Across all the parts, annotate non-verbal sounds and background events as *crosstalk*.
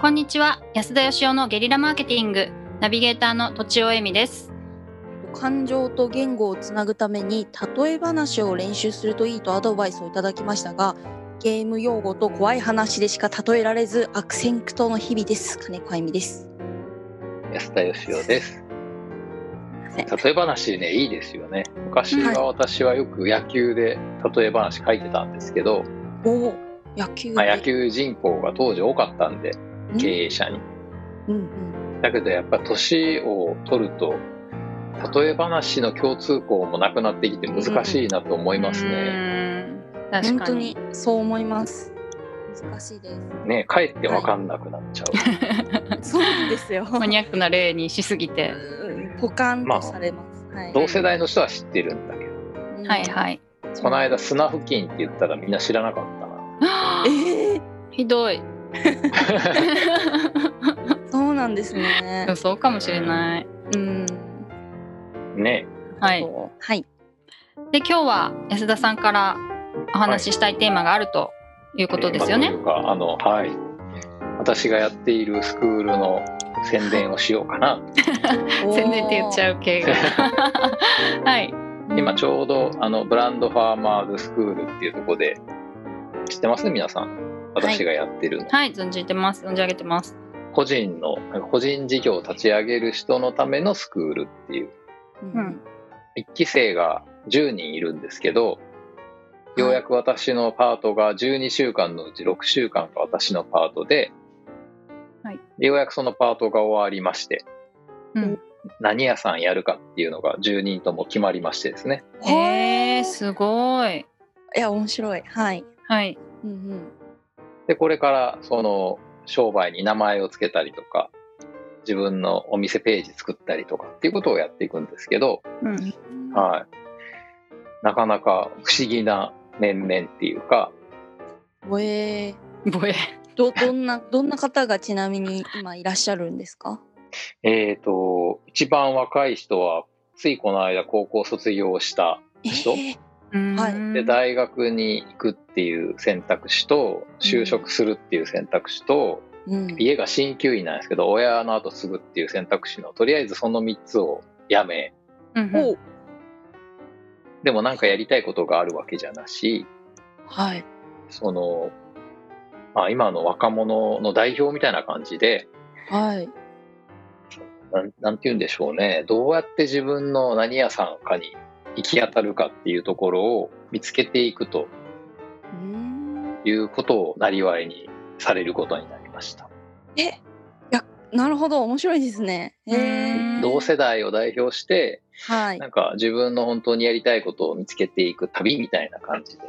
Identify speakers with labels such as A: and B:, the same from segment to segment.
A: こんにちは安田義雄のゲリラマーケティングナビゲーターの土地尾恵美です
B: 感情と言語をつなぐために例え話を練習するといいとアドバイスをいただきましたがゲーム用語と怖い話でしか例えられず悪戦苦闘の日々です金子あゆみです
C: 安田義雄です。例え話ね、いいですよね。昔は私はよく野球で例え話書いてたんですけど、
B: おお野球
C: まあ、野球人口が当時多かったんで、経営者に。
B: うんうん
C: だけどやっぱ年を取ると、例え話の共通項もなくなってきて難しいなと思いますね。
A: うーん確
B: 本
A: か
B: 当
A: に
B: にそう思います難しいです
C: ね、かえってわかんなくなっちゃう。
B: そうなんですよ
A: *laughs* マニアックな例にしすぎて
B: うんポカンとされます、はい
C: 同世代の人は知ってるんだけど、
A: はいはい
C: この間砂付近って言ったらみんな知らなかったな。
B: えー、
A: ひどい
C: *laughs*
B: そうなんですね
A: でもそうかもしれない
B: うん
C: ね、
A: はい *laughs*
B: はい
A: で今日は安田さんからお話ししたいテーマがあるということですよ
C: えー
A: ね、
C: まあというかあのはい私がやっているスクールの宣伝をしようかな、
A: 宣伝って言っち
B: う
A: ゃう系が *laughs* はい
C: 今ちょうどあのブランドファーマーズスクールっていうところで知ってます皆さん私がやってるの、
A: はい存じてます存じ上げてます
C: 個人の個人事業を立ち上げる人のためのスクールっていう
A: うん
C: 1期生が10人いるんですけどようやく私のパートが12週間のうち6週間が私のパートで、
A: はい
C: ようやくそのパートが終わりまして
A: うん
C: 何屋さんやるかっていうのが10人とも決まりましてですね
A: へえー、すごい
B: いや面白いはい、
A: はい
B: うんうん、
C: でこれからその商売に名前を付けたりとか自分のお店ページ作ったりとかっていうことをやっていくんですけど、
A: うん
C: はい、なかなか不思議な面々っていうか
B: いえ
A: ぼえ
B: ー、どどんな *laughs* どんな方がちなみに今いらっしゃるんですか
C: えっ、と一番若い人はついこの間高校卒業した人
B: えー
A: は
B: はい
A: い
C: で大学に行くっていう選択肢と就職するっていう選択肢と、
B: うん、
C: 家が鍼灸院なんですけど親の後継ぐっていう選択肢のとりあえずその3つをやめ
B: お
C: でもなんかやりたいことがあるわけじゃなし
B: はい
C: その、まあ、今の若者の代表みたいな感じで
B: はい
C: なんなんて言うんでしょうねどうやって自分の何屋さんかに行き当たるかっていうところを見つけていくと
B: うん
C: いうことをなりわいにされることになりました
B: えいやなるほど面白いですねえー、
A: うん
C: 同世代を代表して
B: はい
C: なんか自分の本当にやりたいことを見つけていく旅みたいな感じで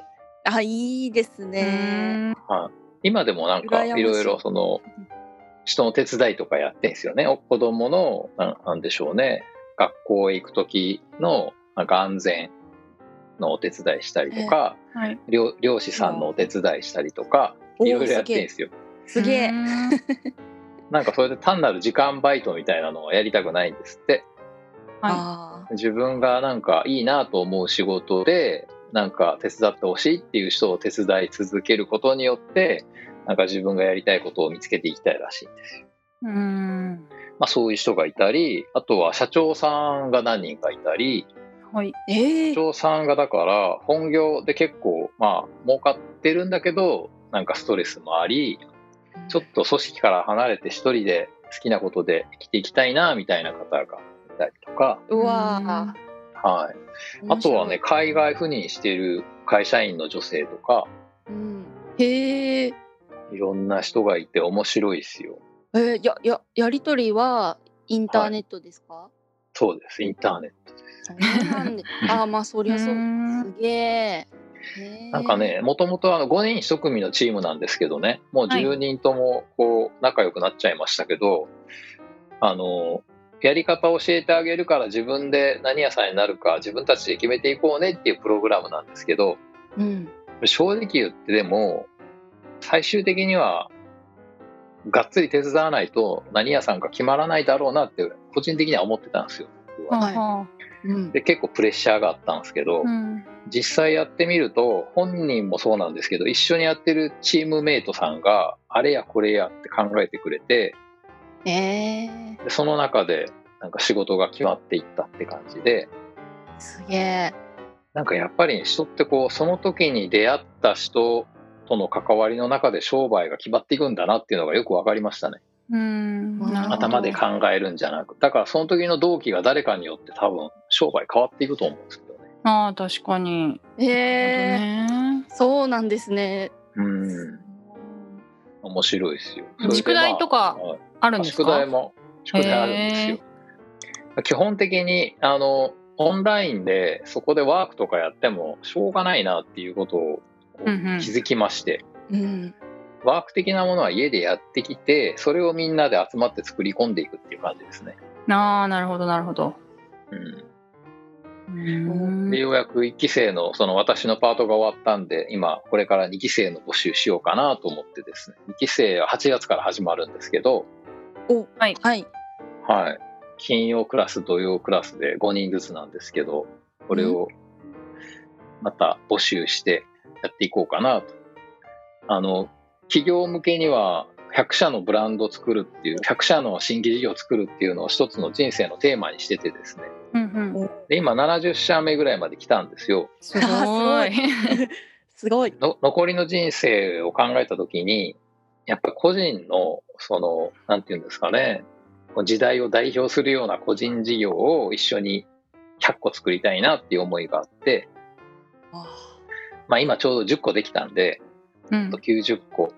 B: あいいですね
A: ね
C: 今でもなんか
B: 羨
C: い
B: ましい
C: ろいろその人の手伝いとかやってんですよねお子供のななんでしょうね学校へ行く時のなんか安全のお手伝いしたりとか、
A: はい
C: 漁漁師さんのお手伝いしたりとか
B: おー
C: いろいろやってんですよ
B: すげえ
C: なんかそれで単なる時間バイトみたいなのはやりたくないんですって
A: は
B: あ
C: 自分がなんかいいなと思う仕事でなんか手伝ってほしいっていう人を手伝い続けることによってなんか自分がやりたいことを見つけていきたいらしいんですよ
A: いうん
C: まあ、そういう人がいたりあとは社長さんが何人かいたり
A: はい
B: ーえ
C: 社
B: ー、
C: 長さんがだから本業で結構まあ儲かってるんだけどなんかストレスもありちょっと組織から離れて一人で好きなことで生きていきたいなみたいな方がいたりとか、
B: うわ
C: はい、
B: ー
C: あとはね、海外赴任してる会社員の女性とか
B: うん、へえ
C: いろんな人がいて面白いですよ
B: えー、やややりとりはインターネットですか、
C: そうですインターネット
B: そんなんであーまあそりゃそう
A: うーん
B: すげえ
C: なんかね、もともとあの5人1組のチームなんですけどね、もう
A: はい
C: 10人ともこう仲良くなっちゃいましたけど、あの、やり方を教えてあげるから自分で何屋さんになるか自分たちで決めていこうねっていうプログラムなんですけど、
B: うん
C: 正直言ってでも、最終的には、がっつり手伝わないと何屋さんか決まらないだろうなって、個人的には思ってたんですよ。僕は
B: はい
A: は
B: うん
C: で結構プレッシャーがあったんですけど、
A: あうん
C: 実際やってみると本人もそうなんですけど一緒にやってるチームメイトさんがあれやこれやって考えてくれて
B: えー、
C: でその中でなんか仕事が決まっていったって感じで
B: すげえ。
C: なんかやっぱり人ってこうその時に出会った人との関わりの中で商売が決まっていくんだなっていうのがよく分かりましたね。
A: うんなるほど
C: 頭で考えるんじゃなくだからその時の同期が誰かによって多分商売変わっていくと思うんですけどね
A: ああ確かに、
B: え
A: なるほどね
B: ー、そうなんですね。
C: うん面白いですよ
A: 宿題と
C: か
A: かあるんですか
C: 宿題も宿題あるんですよ、基本的にあのオンラインでそこでワークとかやってもしょうがないなっていうことをこう
A: うんうん
C: 気づきまして、
B: うん。
C: ワーク的なものは家でやってきてそれをみんなで集まって作り込んでいくっていう感じですね、
A: ああなるほどなるほど
C: うん、
A: うん
C: でようやく1期生のその私のパートが終わったんで今これから2期生の募集しようかなと思ってですね2期生は8月から始まるんですけど、
B: はい。
C: はい、金曜クラス土曜クラスで5人ずつなんですけどこれをまた募集してやっていこうかなと。あの企業向けには100社のブランドを作るっていう100社の新規事業を作るっていうのを一つの人生のテーマにしててですね
A: うんうん
C: で今70社目ぐらいまで来たんですよ。
A: *laughs* す
B: あ
A: ごい
B: *laughs* すごい。
C: の残りの人生を考えた時にやっぱ個人のそのなんていうんですかねこう時代を代表するような個人事業を一緒に100個作りたいなっていう思いがあって、まあ、今ちょうど10個できたんで
A: うん
C: あと90個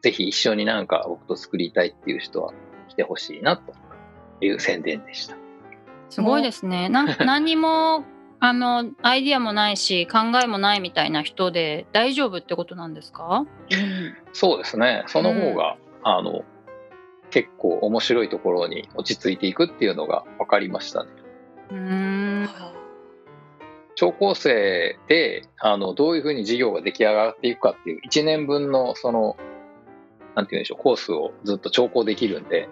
C: ぜひ一緒になんか僕と作りたいっていう人は来てほしいなという宣伝でした。
A: すごいですね。なん何にもあのアイディアもないし考えもないみたいな人で大丈夫ってことなんですか？
C: そうですねその方が、あの結構面白いところに落ち着いていくっていうのが分かりましたね。
A: うー
B: うん
A: ん。
C: 超高生であのどういうふうに事業が出来上がっていくかっていう1年分のそのなんて言うんでしょうコースをずっと調校できるんで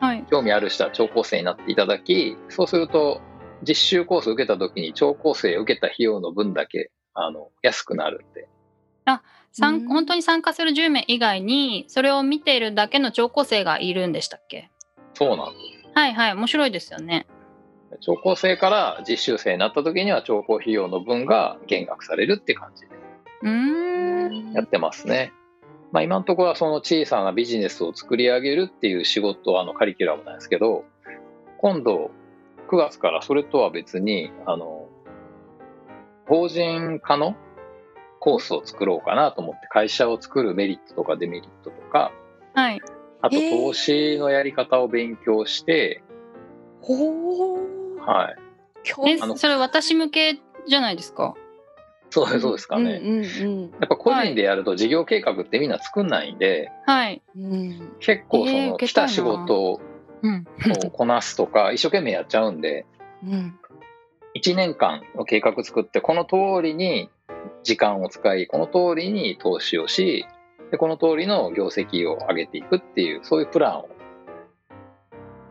A: はい。
C: 興味ある人は超高生になっていただきそうすると実習コース受けた時に超高生受けた費用の分だけあの安くなるんで
A: 参
B: うん
A: 本当に参加する10名以外にそれを見ているだけの聴講生がいるんでしたっけ？
C: そうなんです
A: はいはい面白いですよね。
C: 超高生から実習生になった時には超高費用の分が減額されるって感じで
A: うーん。
C: やってますね。まあ、今のところはその小さなビジネスを作り上げるっていう仕事あのカリキュラムなんですけど今度9月からそれとは別にあの法人化のコースを作ろうかなと思って会社を作るメリットとかデメリットとか
A: はい。
C: あと
B: へー
C: 投資のやり方を勉強して、
B: ほう。
C: はい、
B: 興
A: え
B: 味
C: あの
A: それ私向けじゃないですか？
C: そうですそうですかね。
B: うんうん
C: やっぱ個人でやると事業計画ってみんな作んないんで、
A: はい。
B: うん。うん。
C: 結構そ
A: えー
C: の
A: 受
C: 来
A: けたい
C: た
A: な
C: 仕事を
A: うん。
C: こうこなすとか一生懸命やっちゃうんで
A: *laughs*
B: うん。
C: 1年間の計画作ってこの通りに時間を使いこの通りに投資をしでこの通りの業績を上げていくっていうそういうプランを、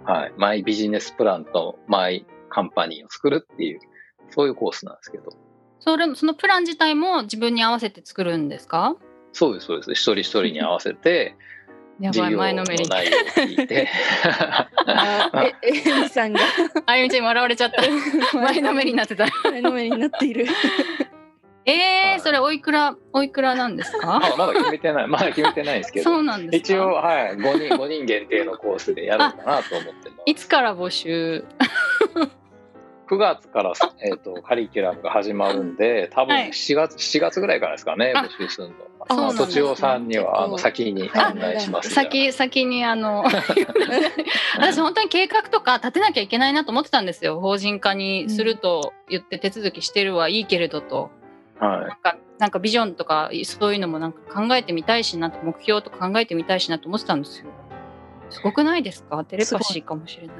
C: はい、マイビジネスプランとマイカンパニーを作るっていうそういうコースなんですけど
A: それそのプラン自体も自分に合わせて作るんですか？
C: そうですそうです一人一人に合わせて
A: や
C: 事
A: ばい
C: 業
A: 前
C: の
A: のめりに。
C: 内容を聞いて *laughs*
B: あ、
A: *laughs*
B: え、えりさんが
A: あゆみちゃん笑われちゃ
C: *laughs*
A: った。前のめりになってた。
B: 前のめりになっ
A: *laughs*
B: ている。
A: え
C: は
A: え
C: い
A: それおいくらおいくらなんです
C: ま
A: か？
C: だまだ決めてないまだ決めてないんですけど
A: そうなんですか。
C: 一応、はい、5人、五人限定のコースでやろうかなと思ってま
A: い
C: す。
A: つから募集？
C: 9月から、えっ、と、カリキュラムが始まるんで、多分
A: はい
C: 7月、7月ぐらいからですかね、
A: あ
C: 募集するの。
B: あ
A: そうなん
C: あ
A: です
C: とちおさんには、あの、
B: 結構
C: 先に
B: はい
C: 案内しますんで。
A: 先先にあ *laughs* の私本当に計画とか立てなきゃいけないなと思ってたんですよ。法人化にすると言って手続きしてるはいいけれどと、
C: はい。
A: なんかなんかビジョンとかそういうのもなんか考えてみたいしなと目標とか考えてみたいしなと思ってたんですよ。すごくないですか？テレパシーかもしれない。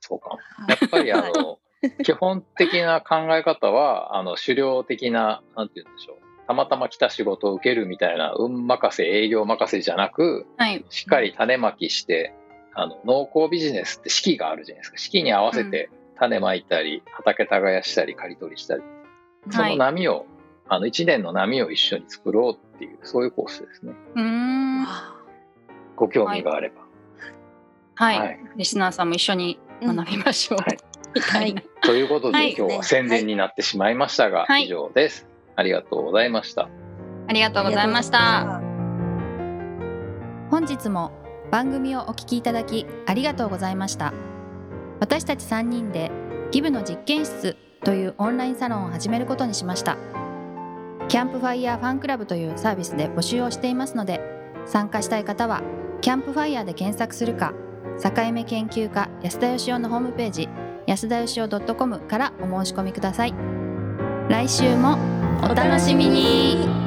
C: そうか。やっぱり、あの、基本的な考え方は、あの、狩猟的な、なんて言うんでしょう。たまたま来た仕事を受けるみたいな、運任せ、営業任せじゃなく、
A: はい。
C: しっかり種まきして、あの農耕ビジネスって四季があるじゃないですか四季に合わせて種まいたり、畑耕したり刈り取りしたりそ
A: は
C: の
A: い。
C: 波を、あの1年の波を一緒に作ろうっていうそういうコースですね
A: うーん。
B: あ
C: ご興味があれば。
A: はい、リスナーさんも一緒に学びましょう。
C: はい
A: みたいな
C: ということで、
A: はい
C: 今日は宣伝になってしまいましたが、
A: はい
C: 以上です。ありがとうございました。
A: ありがとうございました。
D: 本日も番組をお聞きいただきありがとうございました私たち3人でギブの実験室というオンラインサロンを始めることにしましたキャンプファイヤーファンクラブというサービスで募集をしていますので参加したい方はキャンプファイヤーで検索するか境目研究家安田義雄のホームページ安田義雄 .com からお申し込みください来週もお楽しみに